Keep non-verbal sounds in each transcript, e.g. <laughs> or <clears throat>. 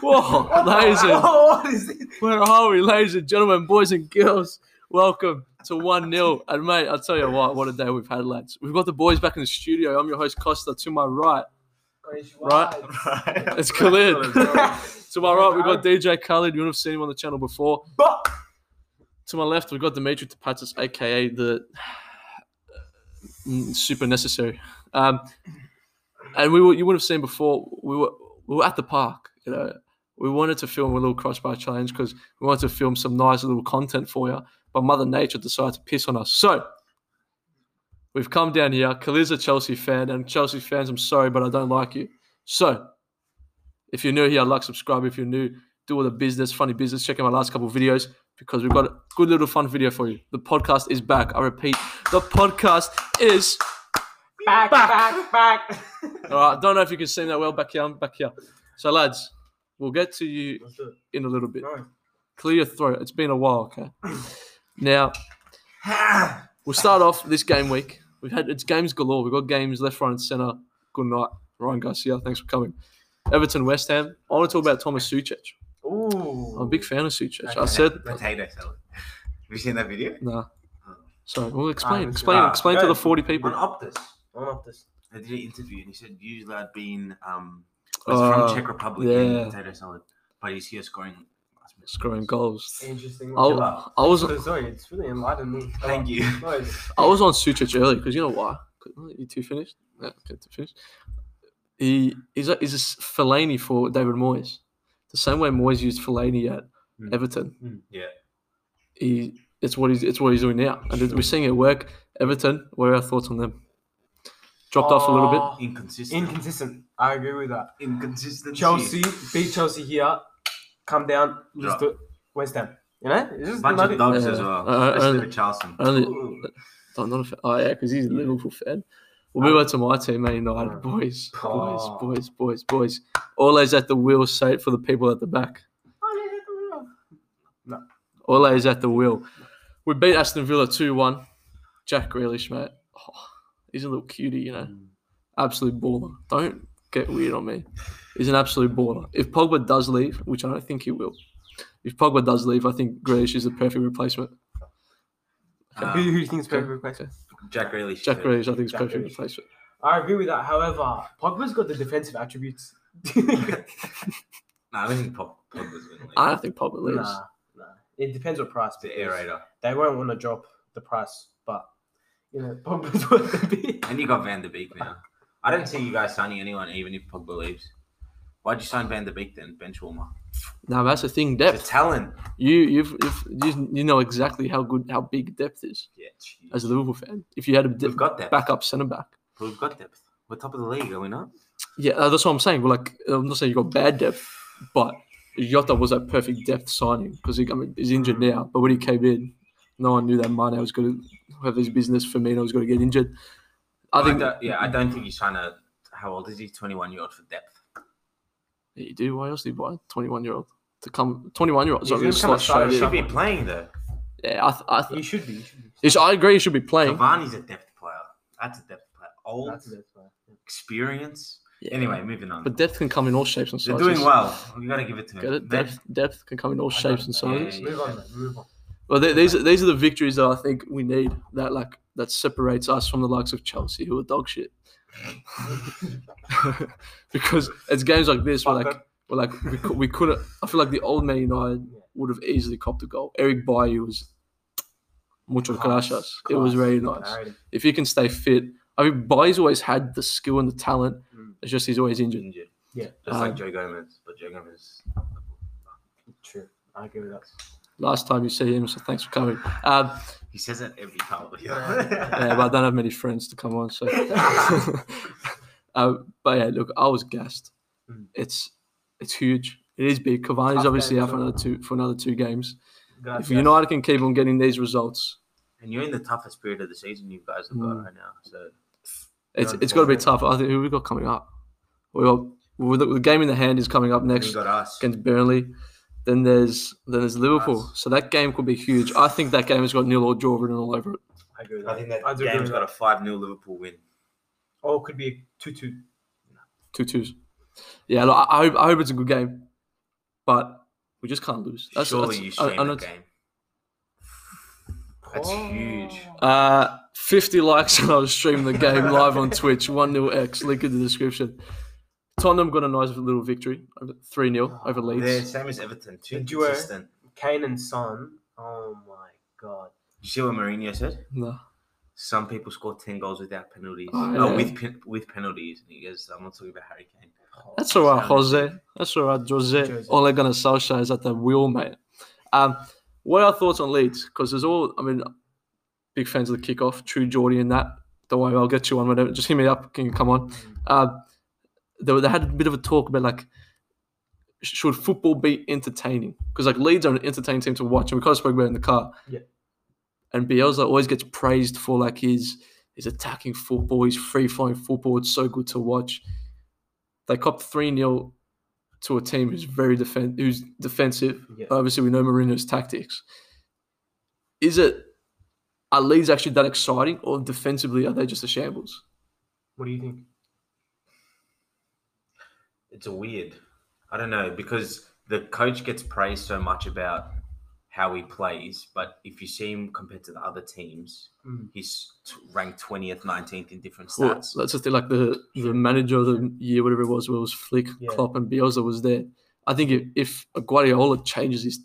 Whoa, ladies and, Oh, what is this? where are we, ladies and gentlemen, boys and girls? Welcome to 1 0. And, mate, I'll tell you what, what a day we've had, lads. We've got the boys back in the studio. I'm your host, Costa. To my right, <laughs> Right. Right. it's Khalid. to my right, we've got DJ Khalid. You would have seen him on the channel before. But To my left, we've got Dimitri Tapatis, aka the <sighs> Mm, super necessary. Um, and we were, you would have seen before, we were we were at the park. You know, we wanted to film a little crossbar challenge because we wanted to film some nice little content for you. But Mother Nature decided to piss on us, so we've come down here. Khalid's a Chelsea fan, and Chelsea fans, I'm sorry, but I don't like you. So if you're new here, like, subscribe. If you're new, do all the business, funny business. Check out my last couple of videos because we've got a good little fun video for you. The podcast is back. I repeat, the podcast is back, back, back. all right. I don't know if you can sing that well back here. I'm back here. So, lads, we'll get to you Let's do in a little bit. it. Clear your throat. It's been a while, okay? Now, No. we'll start off this game week. We've had it's games galore. We've got games left, right, and centre. Good night, Ryan Garcia. Thanks for coming. Everton, West Ham. I want to talk about Thomas Suchek. <laughs> Ooh. I'm a big fan of Suchek. I Okay. said, <laughs> Let's hate ourselves. Have you seen that video? nah. Sorry, well, explain, Ah, explain, ah, explain to yeah. the 40 On people. Optus. On Optus. I did an interview and he said usually I'd been um it was Uh, from Czech Republic yeah. and potato salad. But he's here scoring last minute. scoring goals. Interesting. I, I was So, sorry, it's really enlightened me. <laughs> Thank you. No, it's- I was on Suchich earlier because you know why? 'Cause- oh, You two finished? Yeah, okay, two finished. He is a, is a s- Fellaini for David Moyes. The same way Moyes used Fellaini at Mm. Everton. Yeah. He it's what he's it's what he's doing now, and it- we're seeing it work. Everton, what are our thoughts on them? Dropped off a little bit. Oh, Inconsistent. Inconsistent. I agree with that. Inconsistency. Chelsea beat Chelsea here. Come down. Let's Drop. do it. West Ham. You know, it's just <laughs> Bunch nothing- of dogs Yeah. as well. Uh, especially uh, with Charleston. Only, Ooh. I'm not a fan. Oh yeah, because he's a Yeah. Liverpool fan. We'll move on to my team, Man United. Yeah. Boys, boys, Oh. boys, boys, boys. Always at the wheel, say it for the people at the back. Ole is at the wheel. We beat Aston Villa 2 1. Jack Grealish, mate. Oh, he's a little cutie, you know. Mm. Absolute baller. Don't get weird on me. He's an absolute baller. If Pogba does leave, which I don't think he will, if Pogba does leave, I think Grealish is the perfect replacement. Who, Um, who do you think's perfect replacement? Jack Grealish. Jack Grealish, I think, is Jack perfect Grealish. replacement. I agree with that. However, Pogba's got the defensive attributes. <laughs> nah, No, I don't think Pop Pop was gonna leave. I don't think Pogba leaves. nah. It depends what price. the because aerator. They won't want to drop the price, but you know, Pogba's worth a bit. And you got Van der Beek now. I don't see you guys signing anyone even if Pogba leaves. Why'd you sign Van der Beek then? Bench warmer. Now that's the thing, The depth. talent. You you've, you've you you know exactly how good how big depth is Yeah, geez. as a Liverpool fan. If you had a de- We've got depth. backup centre back, We've got depth. We're top of the league, are we not? Yeah, uh, that's what I'm saying. We're like, I'm not saying you got bad depth, but Jota was that perfect depth signing because he, I mean, he's injured now. But when he came in, no one knew that Mane was going to have his business. Firmino was going to get injured. I think don't- yeah, I don't think he's trying to. How old is he? Twenty-one year old for depth. Yeah, you do. Why else do you buy a 21 year old to come? 21 year old. He's Sorry, gonna just slot come outside straight and in. Should shove be playing though. Yeah, I, th- I, You th- should be. You should be. it's- I agree. He should be playing. Cavani's a depth player. That's a depth player. Old That's it, man. experience. Yeah. Anyway, moving on. but depth can come in all shapes and They're sizes. doing well. We gotta give it to Get them. it? Depth, depth can come in all I shapes don't and know. Yeah, sizes. yeah, Move on, man. Move on. Well, th- these are, these are the victories that I think we need. That like that separates us from the likes of Chelsea, who are dog shit. <laughs> because it's games like this where like Fucker. we're like we, cou- we couldn't. I feel like the old Man United would have easily copped a goal. Eric Bailly was mucho Ah, Class, gracias. It was class. very nice. Alrighty. If you can stay fit, I mean, Bailly's always had the skill and the talent. Mm. It's just he's always injured. Injured. Yeah. Just like Um, Joe Gomez, but Joe Gomez. True. I agree with that. Last time you see him, so thanks for coming. Um, He says it every <laughs> time. yeah, but I don't have many friends to come on. So, uh, but yeah, look, I was gassed. Mm. It's it's huge. It is big. Cavani's Tough obviously game out for as well. another two for another two games. Gracias. If United can keep on getting these results, <laughs> and you're in the toughest period of the season you guys have got Mm. right now. So it's Yeah, it's got to be tough. I think who we got coming up. We got well, the, the game in the hand is coming up you next got us. against Burnley. Then there's then there's Liverpool. Us. So that game could be huge. I think that game has got nil or draw written all over it. I agree with I that. think that I do agree game's with got a that. five 0 Liverpool win. Or it could be a 2 2. Two twos. Yeah, look, I, I hope I hope it's a good game, but we just can't lose. That's, Surely that's- you I- stream I that know it's- game. That's Oh. huge. Uh, 50 likes <laughs> and I was streaming the game live on Twitch. 1 0 X, link in the description. Tottenham got a nice little victory, 3 0 over Leeds. eh? They're same as Everton. Too The duo. consistent. Kane and Son. Oh my god. You see what Mourinho said? No. Some people score ten goals without penalties. Oh, no, yeah. with pen- with penalties. And he goes, "I'm not talking about Harry Kane." um, That's all right, Jose. That's all right, Jose. Jose. Ole Gunnar Solskjaer is at the wheel, mate. Um, what are our thoughts on Leeds? Because there's all, I mean, big fans of the kickoff, true Geordie and that. Don't worry, I'll get you on whenever. Just hit me up. Can you come on? Um, they, were- they had a bit of a talk about like, should football be entertaining? Because like Leeds are an entertaining team to watch, and we kind of spoke about it in the car. Yeah. And Bielsa always gets praised for like his his attacking football, his free flowing football. It's so good to watch. They copped three 0 to a team Hmm. who's very defen- who's defensive. Yeah. Obviously, we know Mourinho's tactics. Is it are Leeds actually that exciting, or defensively are they just a shambles? What do you think? It's a weird. I don't know because the coach gets praised so much about how he plays, but if you see him compared to the other teams, Mm. he's t- ranked twentieth, nineteenth in different Hmm. Well, stats. that's the thing. Like the the manager of the year, whatever it was, where it was Flick, Yeah. Klopp, and Bielsa was there. I think if, if Guardiola changes his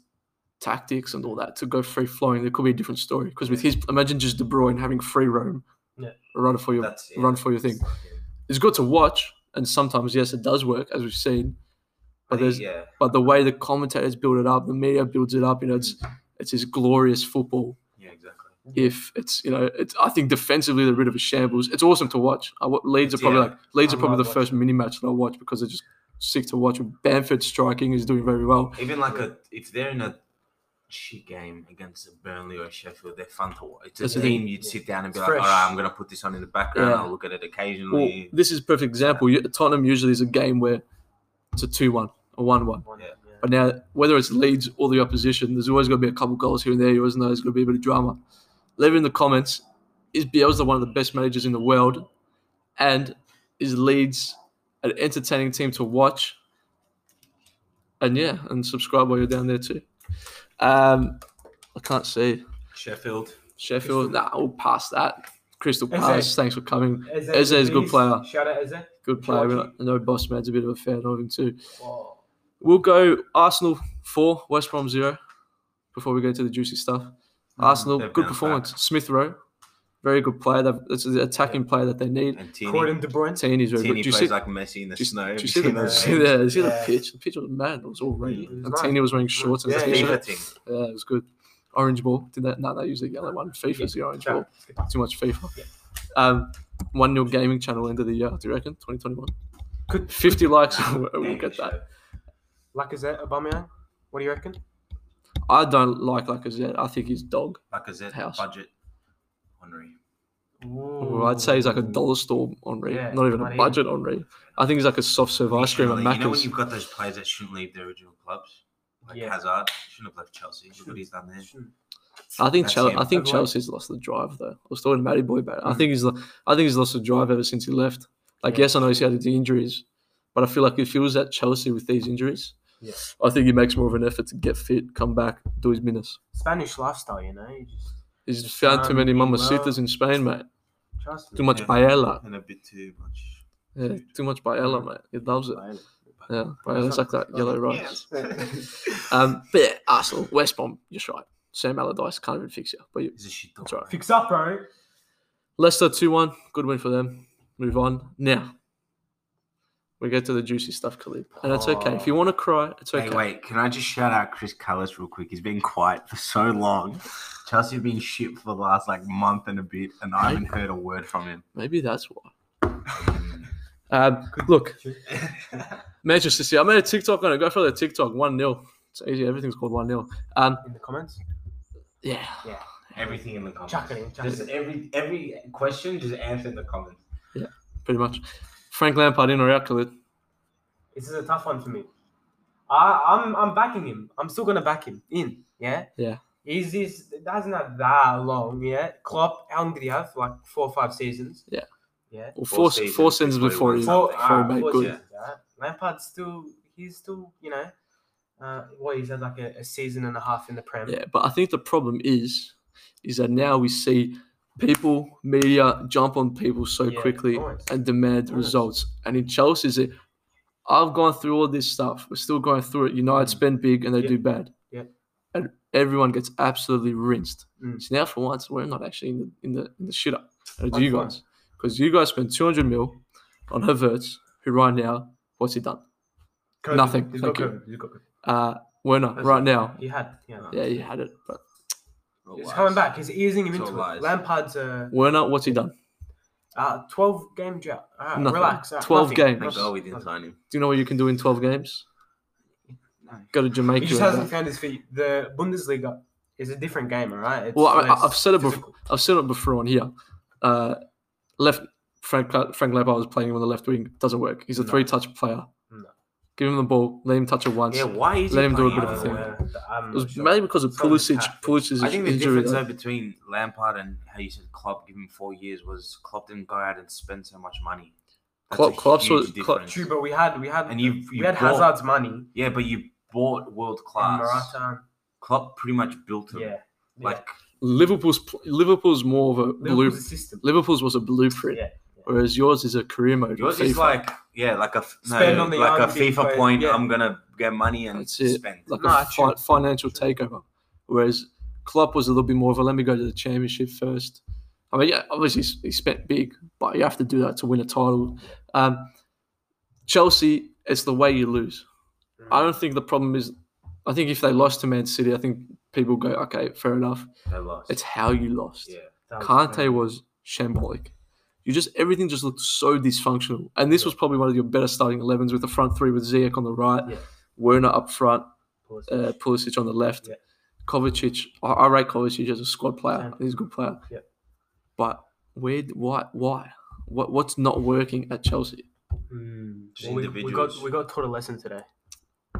tactics and all that to go free flowing, there could be a different story. Because with his, imagine just De Bruyne having free roam, Yeah. run for your That's it. run for your thing. It's like, yeah. It's good to watch, and sometimes yes, it does work as we've seen. But I think, there's yeah, but the way the commentators build it up, the media builds it up, you know, it's it's his glorious football yeah, exactly. if it's you know it's I think defensively they're a bit of a shambles. It's awesome to watch. I, wa- Leeds are probably Yeah. like Leeds I are probably the love first mini match that I watch because they're just sick to watch. Bamford striking is doing very well. Even like a if they're in a shit game against a Burnley or Sheffield, they're fun to watch. It's a That's the team thing. you'd sit down and be It's like, fresh. all right, I'm gonna put this on in the background. Yeah. I'll look at it Well, occasionally. this is a perfect example. You- Tottenham usually is a game where it's a two-one, a one-one. One, Yeah. But now whether it's Leeds or the opposition, there's always going to be a couple goals here and there. You always know there's going to be a bit of drama. Leave it in the comments. Is Bielsa one of the best managers in the world? And is Leeds an entertaining team to watch? And yeah, and subscribe while you're down there too. Um, I can't see Sheffield. Sheffield. Nah, we'll pass that. Crystal Eze. Palace. Thanks for coming. Eze, Eze is a good please. player. Shout out Eze. Good player. I know Boss Man's a bit of a fan of him too. Oh, We'll go Arsenal four, West Brom zero. Before we go to the juicy stuff, Arsenal they've good bounced performance. Smith Rowe, very good player. They've- That's the attacking player that they need. And Corden Tini, De Bruyne. Tini's very good. Tini Do you plays see? like Messi in the do you, snow. do Have you you see, <laughs> seen the, <laughs> those see, the, see the Yeah. pitch? The pitch was mad. It was all red. It was And nice. Tini was wearing shorts and Yeah, yeah, memes? yeah. yeah. FIFA thing. it was good. Orange ball. Did that? No, they use the yellow one. FIFA's the orange ball. Too much FIFA. Yeah. Um, one nil gaming channel end of the year. Do you reckon? Twenty twenty one. Could Fifty likes. <laughs> Nah, we'll dang, get that. Lacazette, Aubameyang? What do you reckon? I don't like Lacazette. I think he's dog. Lacazette, House. budget, Henry. Well, I'd say he's like a dollar store Henri, Yeah, not even not a even. budget Henri. I think he's like a soft serve ice cream at Generally, You know when Macca's. you've got those players that shouldn't leave their original clubs, like Yeah. Hazard shouldn't have left Chelsea. Look what he's done there. I think That's Hmm. Chelsea, him. I think Otherwise- Chelsea's lost the drive though. I was talking to Matty Boy about it. I think he's lo- I think he's lost the drive ever since he left. Like Yeah. yes, I know he's had the injuries, but I feel like if he was at Chelsea with these injuries, Yeah. I think he makes more of an effort to get fit, come back, do his minutes. Spanish lifestyle, you know. You just He's Just found too run, many eat mamacitas well. in Spain, mate. trust me. Too much Yeah. paella. And a bit too much. Yeah, too much paella, mate. He loves it. Violent. Yeah, paella's like that yellow rice. Yeah. Um, but yeah, Arsenal, West Brom, just right. Sam Allardyce can't even fix you. But you. <laughs> He's a shit That's right. dog. Fix up, bro. Leicester 2 1, good win for them. Move on. Now, we get to the juicy stuff, Khalid. And it's okay. If you want to cry, it's okay. Hey, wait, can I just shout out Chris Callis real quick? He's been quiet for so long. Chelsea have been shit for the last like month and a bit, and I haven't heard a word from him. Maybe that's why. Um, look, Manchester City. I made a TikTok on it. Go for the TikTok 1 0. It's easy. Everything's called 1 0. Um, In the comments. yeah. Yeah. Everything in the comments. Chuck it in. Chuck it Just in. every every question, just answer in the comments. pretty much. Frank Lampard in or out, Khalid? This is a tough one for me. I, I'm I'm backing him. I'm still gonna back him in. Yeah. Yeah. He's he's it hasn't had that long. Yeah. Klopp. How long did he have? Like four or five seasons. Yeah. Yeah. Well, four, four, seasons seasons before before he he, won. before Four. he ah, made four good. seasons, yeah. Lampard's still he's still you know, uh, well he's had like a, a season and a half in the Prem. Yeah, but I think the problem is, is that now we see people, media jump on people so Yeah, of quickly course. and demand course. results. And in Chelsea's, it, I've gone through all this stuff. We're still going through it. United spend big and they Mm. Yeah. do bad. Yeah. And everyone gets absolutely rinsed. Mm. So now, for once, we're not actually in the in the in the shitter. And Like you what? guys, because you guys spent 200 mil on Havertz, who right now, what's he done? Covid. Nothing, He's thank got you. COVID. He's got COVID. Uh, Werner, That's right it. now, He had. Yeah. yeah, he had it, but All He's lies. coming back. He's easing him It's all into lies. it. Lampard's uh, Werner, what's he done? uh, 12 game drought. All right, Nothing. relax. all right, 12 nothing, games. Thank nothing, God we didn't nothing. sign him. Do you know what you can do in 12 games? No. Go to Jamaica. He just and uh, hasn't that. found his feet. The Bundesliga is a different game, all right? It's Well, I- I- less I've said it before. physical. I've said it before on here. Uh, left Frank Frank Lampard was playing him on the left wing. Doesn't work. He's a No. three touch player. No. Give him the ball. Let him touch it once. Yeah, why is Let he him do a playing bit of a out thing. Uh, there? It I'm not was sure. mainly because of Some of his Pulisic. um, tactics. Pulisic's I think the injury. difference though. though between Lampard and how you said Klopp give him four years was Klopp didn't go out and spend so much money. That's Klopp- a Klopp's huge was- Klopp- difference. True, but we had we had And you, we you had bought- Hazard's money Yeah, but you bought world and class. Morata. Klopp pretty much built Yeah, him. yeah. Like Liverpool's pl- Liverpool's more of a Liverpool's blue. a system. Liverpool's was a blueprint, Yeah, yeah. whereas yours is a career mode. yours with is FIFA. like yeah, like a f- Spend no, on the like a young, big FIFA players, point. yeah. I'm gonna get money and That's it. spend. like Nah, a fi- true. financial takeover. Whereas Klopp was a little bit more of a let me go to the championship first. I mean, yeah, obviously he's- he spent big, but you have to do that to win a title. Um, Chelsea, it's the way you lose. Mm. I don't think the problem is. I think if they lost to Man City, I think people go, okay, fair enough. they lost. It's how you lost. yeah, That was Kante bad. was shambolic. You just everything just looked so dysfunctional, and this Yeah. was probably one of your better starting 11s with the front three with Ziyech on the right, Yeah. Werner up front, Pulisic. uh, Pulisic on the left. Yeah. Kovacic, I, I rate Kovacic as a squad player. Same. I think He's a good player. Yeah. But where? d- Why? Why? What? What's not working at Chelsea? Mm. Just Well, we, we got individuals. we got taught a lesson today.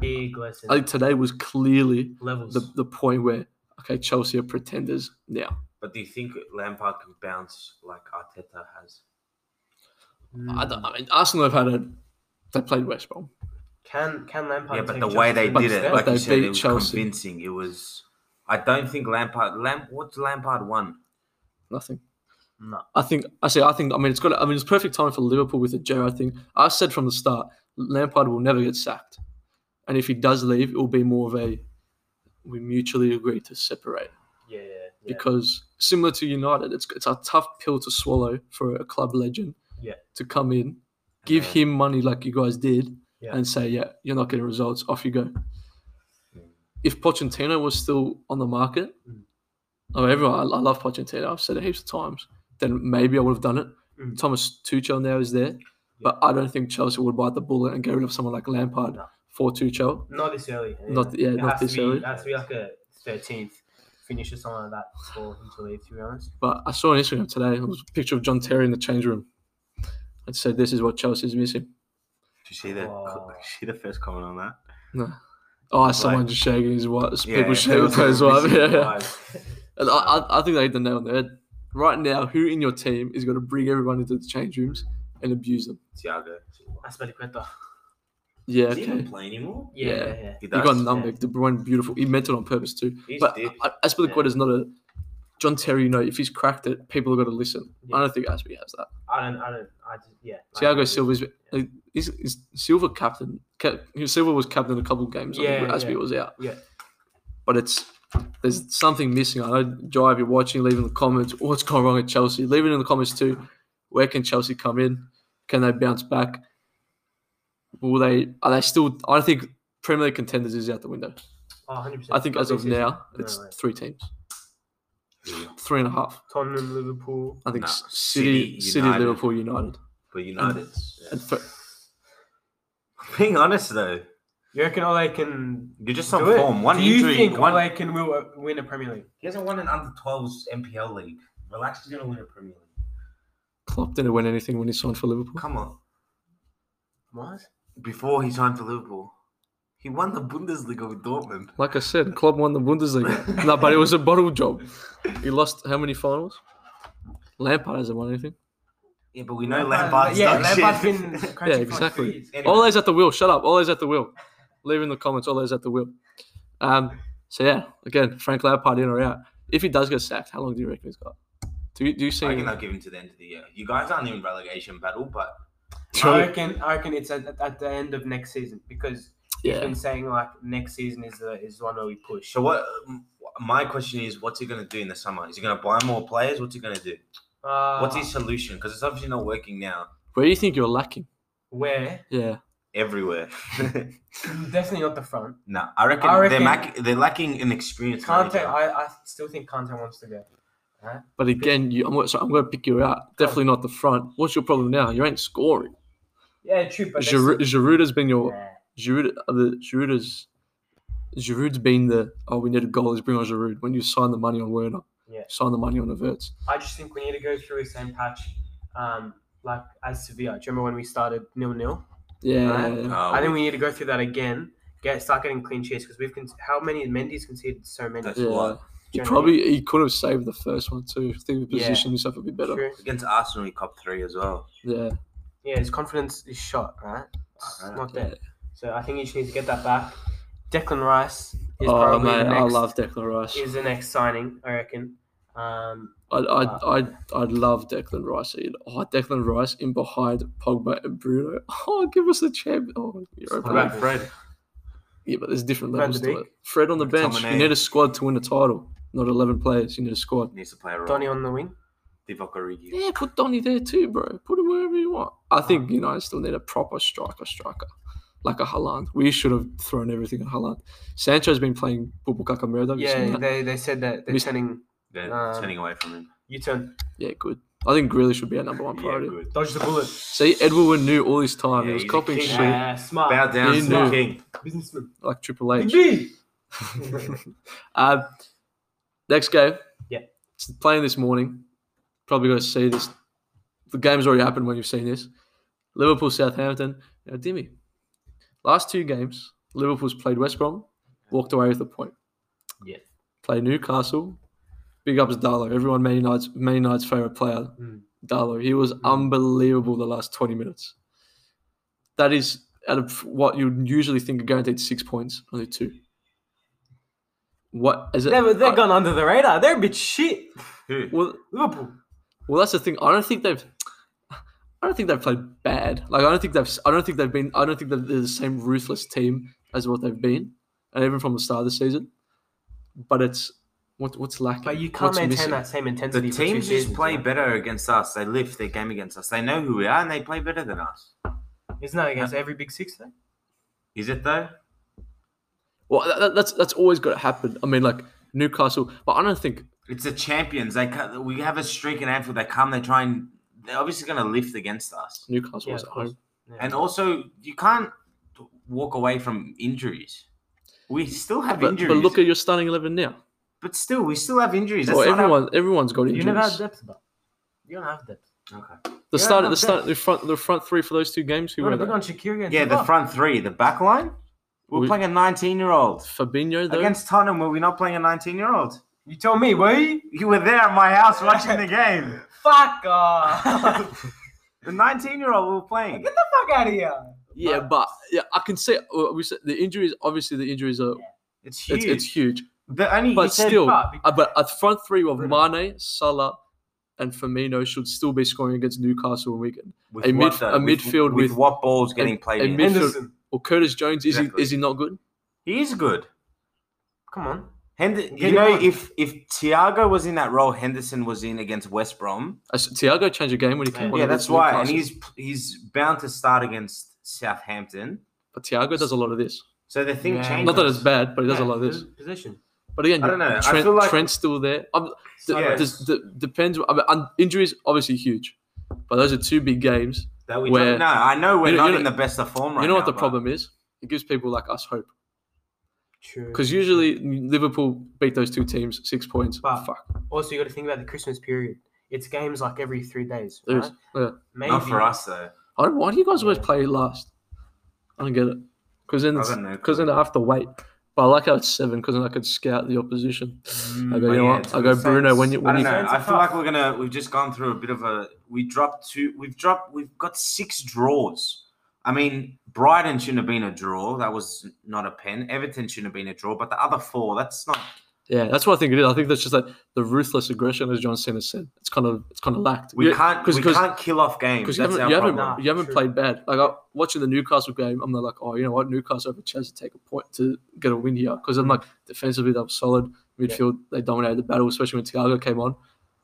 Big lesson. I think today was clearly Levels. the, the point where okay, Chelsea are pretenders now. but do you think Lampard can bounce like Arteta has? I, Mm. don't- I mean, Arsenal have had a they played West Brom. Can can Lampard? Yeah, but take the Chelsea way they to the did next it, step? like they you said, beat it was Chelsea. convincing. It was. I don't think Lampard. Lamp. What's Lampard won? Nothing. No. I think I say I think I mean it's got I mean it's perfect time for Liverpool with the Gerrard thing. I said from the start Lampard will never get sacked, and if he does leave, it will be more of a we mutually agree to separate. Yeah, yeah, yeah. because similar to United, it's it's a tough pill to swallow for a club legend. Yeah. uh, To come in, give Yeah. him money like you guys did, Yeah. and say, yeah, you're not getting results. Off you go. If Pochettino was still on the market, Mm. oh, everyone, I, I love Pochettino. I've said it heaps of times. Then maybe I would have done it. Mm. Thomas Tuchel now is there, but I don't think Chelsea would bite the bullet and get rid of someone like Lampard No. for Tuchel. Not this early. Not- yeah, It not has to this be- early. It has to be like a thirteenth finish or something like that for him to leave. To be honest, But I saw on Instagram today it was a picture of John Terry in the change room. It said, "This is what Chelsea's missing." Did you see the Oh. <laughs> see the first comment on that? No. Oh, someone Like- just shaking his wife. Yeah, people yeah, shaking <laughs> people his wife. shaking Yeah, their yeah. wives. And I, I, I think they hit the nail on the head. Right now, who in your team is going to bring everyone into the change rooms and abuse them? Thiago. Aspeliqueta. Yeah, Does he okay. even play anymore? Yeah, Yeah. yeah, yeah. He You got does. Numbek, De Bruyne, beautiful. He meant it on purpose too. He's but deep. I- I- Aspilicueta is not a John Terry. You know, if he's cracked it, people are going to listen. I don't think Aspi has that. I don't. I don't. I just. Yeah. like- Thiago Silva's like, is, is Silva captain? Ca- Silva was captain a couple of games. Yeah, Yeah, Aspie yeah. was out. Yeah. but it's there's something missing. I know, Jai, if you're watching, leave in the comments "Oh, what's gone wrong at Chelsea. Leave it in the comments too. Where can Chelsea come in? Can they bounce back? Will they? Are they still? I think Premier League contenders is out the window. Oh, 100%. I think as Not of this season. now, No it's way. three teams, Yeah. three and a half. Tottenham, Liverpool. I think Nah, S- City, City, City, United. Liverpool, United. But United. Yeah. And th- Being honest though, You reckon Ole can you're just on do it? form. One Do you injury. think one, Ole can will uh, win a Premier League? he hasn't won an under 12s MPL league. Relax, he's gonna win a Premier League. Klopp didn't win anything when he signed for Liverpool. Come on. What? Before he signed for Liverpool, he won the Bundesliga with Dortmund. Like I said, Klopp won the Bundesliga. no, but it was a bottle job. He lost how many finals? Lampard hasn't won anything. Yeah, but we know Lampard- Lampard's Uh, yeah, done shit. <laughs> Lampard's been coaching for exactly. like two years. Anyway, All those at the wheel. Shut up. All those at the wheel. Leave in the comments. All those at the wheel. Um, so yeah, again, Frank Lampard in or out. If he does get sacked, how long do you reckon he's got? Do you do you see? I reckon they'll give him to the end of the year. You guys aren't in relegation battle, but I reckon, I reckon it's at, at the end of next season because he's yeah, been saying like next season is the is the one where we push. so what? um, My question is, what's he going to do in the summer? Is he going to buy more players? What's he going to do? Uh, What's his solution? Because it's obviously not working now where do you think you're lacking? <clears throat> where? Yeah, everywhere. <laughs> Definitely not the front. no, I reckon, I reckon- they're, mac- they're lacking in experience. Kante, manager. I, I still think Kante wants to go. but again, you, I'm, sorry, I'm going to pick you out. Definitely not the front. What's your problem now? You ain't scoring. Yeah, true, but that's- Giroud, Giroud has been your Yeah. Giroud. uh, The Giroud has Giroud's been the oh we need a goal. Let's bring on Giroud. When you sign the money on Werner, Yeah. sign the money on Averts. I just think we need to go through the same patch, um, like as Sevilla. Do you remember when we started nil nil? Yeah, Right. yeah, yeah. Oh, I think we need to go through that again. Get start getting clean sheets because we've con- how many Mendy's conceded so many. That's Yeah. why. He Generally. probably he could have saved the first one too. I think he Yeah. positioned himself a bit better. True. against Arsenal, he cop three as well. Yeah, Yeah, his confidence is shot, right? It's Alright, not yeah. there. So I think he just needs to get that back. Declan Rice is Oh probably man, the next, I love Declan Rice. is the next signing, I reckon. Um, I I I I love Declan Rice. Ian. Oh, Declan Rice in behind Pogba and Bruno. <laughs> Oh, give us the champ. Oh, Europa Right. League. yeah, but there's different Van levels de to it. Fred on the bench. You McTominay. need a squad to win the title, not eleven players. You need a squad. Needs to play a role. Donny on the wing. Divock Origi. Yeah, put Donny there too, bro. Put him wherever you want. I think Ah. you know I still need a proper striker, striker like a Haaland. We should have thrown everything at Haaland. Sancho's been playing Bubukaka Murdo. Yeah, they, they said that they're Mis- turning They're Um, turning away from him. you turn. Yeah, good. I think Grealish should be our number one Yeah, priority. good. Dodge the bullet. See, Edwin knew all this time. he Yeah, was he's a copying king. shit Yeah, smart. Bow down He to the knew. king. Businessman. like Triple H. Big B. um, next game. Yeah. It's playing this morning. Probably going to see this. The game's already happened when you've seen this. Liverpool, Southampton. Now, Dimmy, last two games, Liverpool's played West Brom, walked away with a point. Yeah. Play Newcastle. Big ups Darlow. Everyone, Man United's, Man United's favourite player, Mm. Darlow. He was unbelievable the last 20 minutes. That is out of what you'd usually think are guaranteed six points, only two. What is it? They were, they're I- gone under the radar. They're a bit shit. Who? Well, Liverpool. well, that's the thing. I don't think they've. I don't think they've played bad. Like I don't think they've. I don't think they've been. I don't think that they're the same ruthless team as what they've been, and even from the start of the season. But it's what what's lacking. But you can't What's maintain missing? that same The intensity. for two teams just seasons, play right? better against us. They lift their game against us. They know who we are and they play better than us. Isn't that against every big six though? Is it though? Well, that- that, that's that's always got to happen. I mean, like Newcastle, but I don't think. It's the champions. They ca- we have a streak in Anfield. They come. They try and they're obviously going to lift against us. Newcastle Yeah, was of at course. home. Yeah. And also, you can't walk away from injuries. We still have But, injuries. but look at your starting eleven now. But still, we still have injuries. That's Well, not everyone everyone's got you injuries. never had depth, but you don't have depth. our- okay. the yeah, start not the start bad. the front the front three for those two games. Who You were want to they? pick on Oh, Shakiri and Yeah, the Divock. front three, the back line. We're We- playing a 19 year old. Fabinho though. Against Tottenham, were we not playing a 19 year old? You tell me, were you? You were there at my house watching the game. Fuck <laughs> off. <laughs> The 19 year old we were playing. Get the fuck out of here. Yeah, but yeah, I can say well, we said the injuries. Obviously, the injuries are It's huge. it's, it's huge, The only but still, but uh, but a front three of Bruno. Mane, Salah, and Firmino should still be scoring against Newcastle on weekend. with a what midf- though? a midfield with, with- what balls getting played a in. midfield- Henderson. Or Curtis Jones is Exactly. he is he not good? he is good. Come on. Hend- Get you know, him on. if if Thiago was in that role, Henderson was in against West Brom. Uh, s- Thiago changed a game when he came Yeah, on. yeah, against that's why, and Newcastle. he's he's bound to start against Southampton. but Thiago does a lot of this. So the thing Yeah. changes. Not that it's bad, but he does a lot of this. Position. But again, I don't know. I Trent, feel like- Trent's still there. Um, d- Yeah. does- d- depends. I mean, un- injuries obviously huge, but those are two big games. that we where- don't know. I know we're You know- not you know- in the best of form right you know what now, the but problem is? It gives people like us hope. True. Because usually Liverpool beat those two teams six points. Wow. Fuck. also you got to think about the Christmas period. It's games like every three days. There is- Right? yeah. Maybe. Not for us though. I don't, why do you guys always Yeah. play last? I don't get it. Because then, I it's- don't know. cause then I have to wait. But I like how it's seven because then I could scout the opposition. Mm. I go, you know but Mm, yeah, what? it's I a go, good Bruno. When you I when you don't know. Defense I is feel tough. like we're gonna. We've just gone through a bit of a. We dropped two. We've dropped. We've got six draws. I mean, Brighton shouldn't have been a draw. That was not a pen. Everton shouldn't have been a draw. But the other four, that's not. Yeah, that's what I think it is. I think that's just like the ruthless aggression, as John Cena said. It's kind of it's kind of lacked. We Yeah, can't. cause, we cause, can't kill off games. because you That's haven't, our you haven't, problem. Nah, you haven't true. played bad. Like I, watching the Newcastle game, I'm not like, oh, you know what, Newcastle have a chance to take a point to get a win here because I'm like defensively they were solid, midfield they dominated the battle, especially when Thiago came on.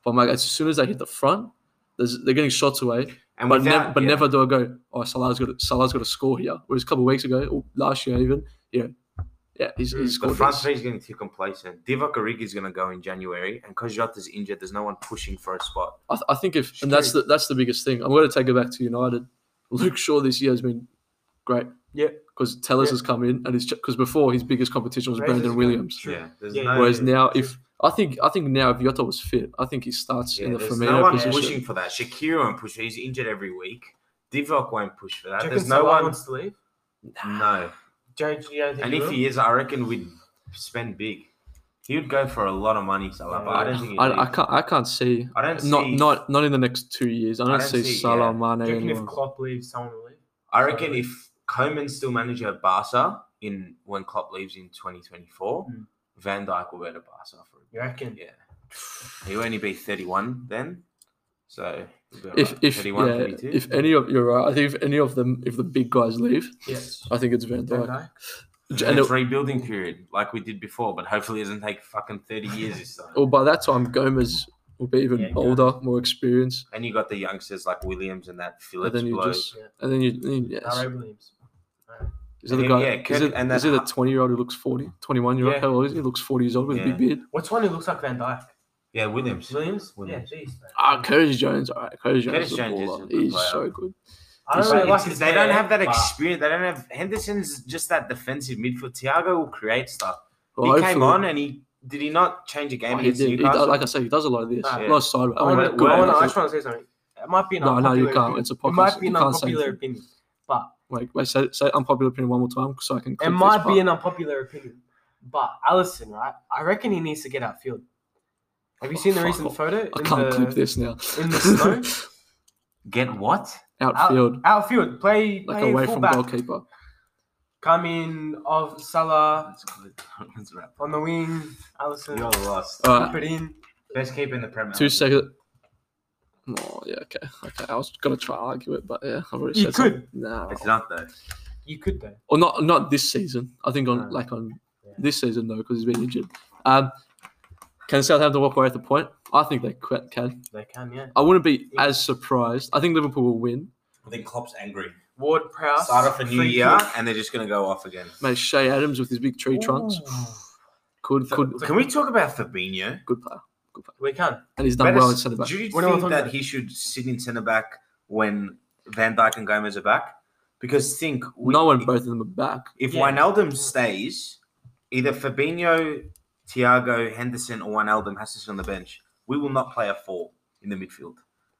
But I'm like, as soon as they hit the front, there's, they're getting shots away, And but without- never, but yeah. never do I go, oh, Salah's got to, Salah's got to score here. Whereas a couple of weeks ago, or last year even, you know, yeah, he's, he's The scored. front this. three is getting too complacent. Divock Origi is going to go in January, and Kojota's injured. There's no one pushing for a spot. I, th- I think if and that's the that's the biggest thing. I'm going to take it back to United. Luke Shaw this year has been great. Yeah. because Tellers Yeah. has come in and he's because before his biggest competition was Reyes is Brandon good. Williams. True. Yeah, there's Yeah, no, yeah. Whereas now, if I think I think now if Yota was fit, I think he starts yeah, in the there's Firmino no one pushing position. for that. Shakira won't push. He's injured every week. Divock won't push for that. Do you There's reckon no Salah one. wants to leave. No. Do you- do you think And he if will? he is, I reckon we'd spend big. He would go for a lot of money, Salah. But I don't think. he'd I, I leave. can't I can't see I don't. not see- not not in the next two years. I don't, don't see, see- Salah, Mane, do you reckon anyone. if Klopp leaves, someone will leave? I reckon if Coman's still manager at Barca in when Klopp leaves in 2024, Mm. Van Dijk will go to Barca for a You reckon? Yeah. He'll only be 31 then. So, If if, 31, yeah, 32. if any of you're right, I think if any of them if the big guys leave, Yes. I think it's Van Van Dijk. Dijk? And and it- it's rebuilding period like we did before, but hopefully it doesn't take fucking 30 years this time. Or by that time, Gomez will be even Yeah, older, more experienced, And you got the youngsters like Williams and that Phillips then you bloke. just- and then you, then you- yes. Darrell Williams. Is it the Yeah, guy? yeah, is Kurt- it, and is that- it a 20 year old who looks 40, 21 year old? Yeah. How old is he? He looks 40 years old with a Yeah. big beard. What's one who looks like Van Dijk? Yeah, Williams. Williams? Williams. Yeah, jeez. man. Ah, Curtis Jones. All right, Curtis Jones. Curtis is a Jones is a baller. good He's player. so good. I don't He's- really like It's- his they don't hair, have that but- experience. They don't have Henderson's just that defensive midfield. Thiago will create stuff. Well, he came hopefully- on and he did he not change a game Oh, he against did. He does- Newcastle? like I said, he does a lot of this. Ah, A yeah. lot of side. I I mean, wanna- but good I well, on wanna- I him. just want to say something. It might be an No, no, you unpopular can't. opinion. It's a It might podcast. be You an can't say unpopular anything. opinion, but Wait, wait, say, say unpopular opinion one more time so I can. clip it this might part. be an unpopular opinion. But Allison, right? I reckon he needs to get outfield. Have you Oh, seen the fuck recent off. photo? I in can't the, clip this now. in the snow? Get what? <laughs> Outfield, Outfield, play, like play away from fullback. goalkeeper. Come in of Salah Let's, let's wrap. on the wing. Allison, You're lost. All keep right, it in. Best keeper in the Premier. two seconds. Oh yeah, okay, okay. I was gonna try to argue it, but yeah, I've already You said could. something. Nah, It's not though. You could though. or not not this season. I think on No. like on Yeah. this season though, because he's been injured. Um, can Southampton walk away at the point? I think they qu- can. They can, yeah. I wouldn't be Yeah. as surprised. I think Liverpool will win. I think Klopp's angry. Ward Prowse. Start off a new free year, kick. and they're just going to go off again. Mate, Shay Adams with his big tree trunks Ooh. could could Can we talk about Fabinho? good player, good player, We can. and he's done Better- well in centre back. Do you What am I think talking that about? he should sit in centre back when Van Dijk and Gomez are back? Because think we, No one, both of them are back. If Yeah. Wijnaldum stays, either Fabinho, Thiago, Henderson, or Wijnaldum has to sit on the bench. We will not play a four in the midfield.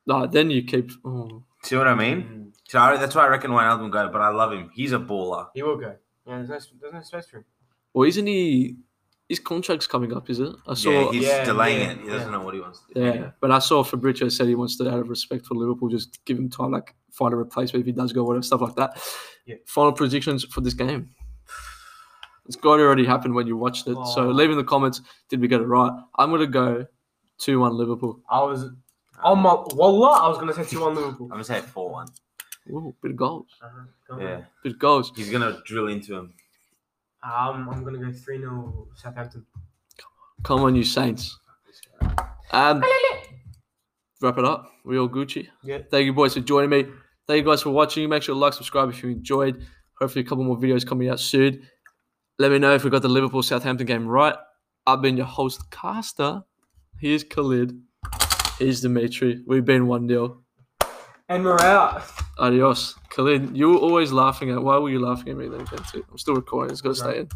No, then you keep. Oh, See what I Mm-hmm. mean? Mm. So I- that's why I reckon Wijnaldum will go. But I love him. He's a baller. He will go. Yeah, there's no, there's no space for him. well, isn't he? His contract's coming up, is it? I saw. yeah, he's Yeah, delaying yeah, it. He doesn't yeah. know what he wants to do. Yeah, but I saw Fabrizio said he wants to, out of respect for Liverpool, just give him time, like find a replacement if he does go, whatever stuff like that. Yeah. Final predictions for this game. It's got to already happen when you watched it. So Oh. leave in the comments, did we get it right? I'm gonna go two one Liverpool. I was Um, on my wallah. I was gonna say two one Liverpool. I'm gonna say four one. Ooh, bit of goals, Uh-huh, go on. Yeah, bit of goals. he's gonna drill into him. Um, I'm gonna go three 0 Southampton. Come on, you Saints. Um, wrap it up. We all Gucci. Yeah. Thank you, boys, for joining me. Thank you guys for watching. Make sure to like, subscribe if you enjoyed. Hopefully, a couple more videos coming out soon. Let me know if we got the Liverpool Southampton game right. I've been your host, Caster. Here's Khalid. Here's Dimitri. We've been 1 0. And we're out. Adios. Khalid, you were always laughing at Why were you laughing at me then? Kent? I'm still recording. It's got to stay in.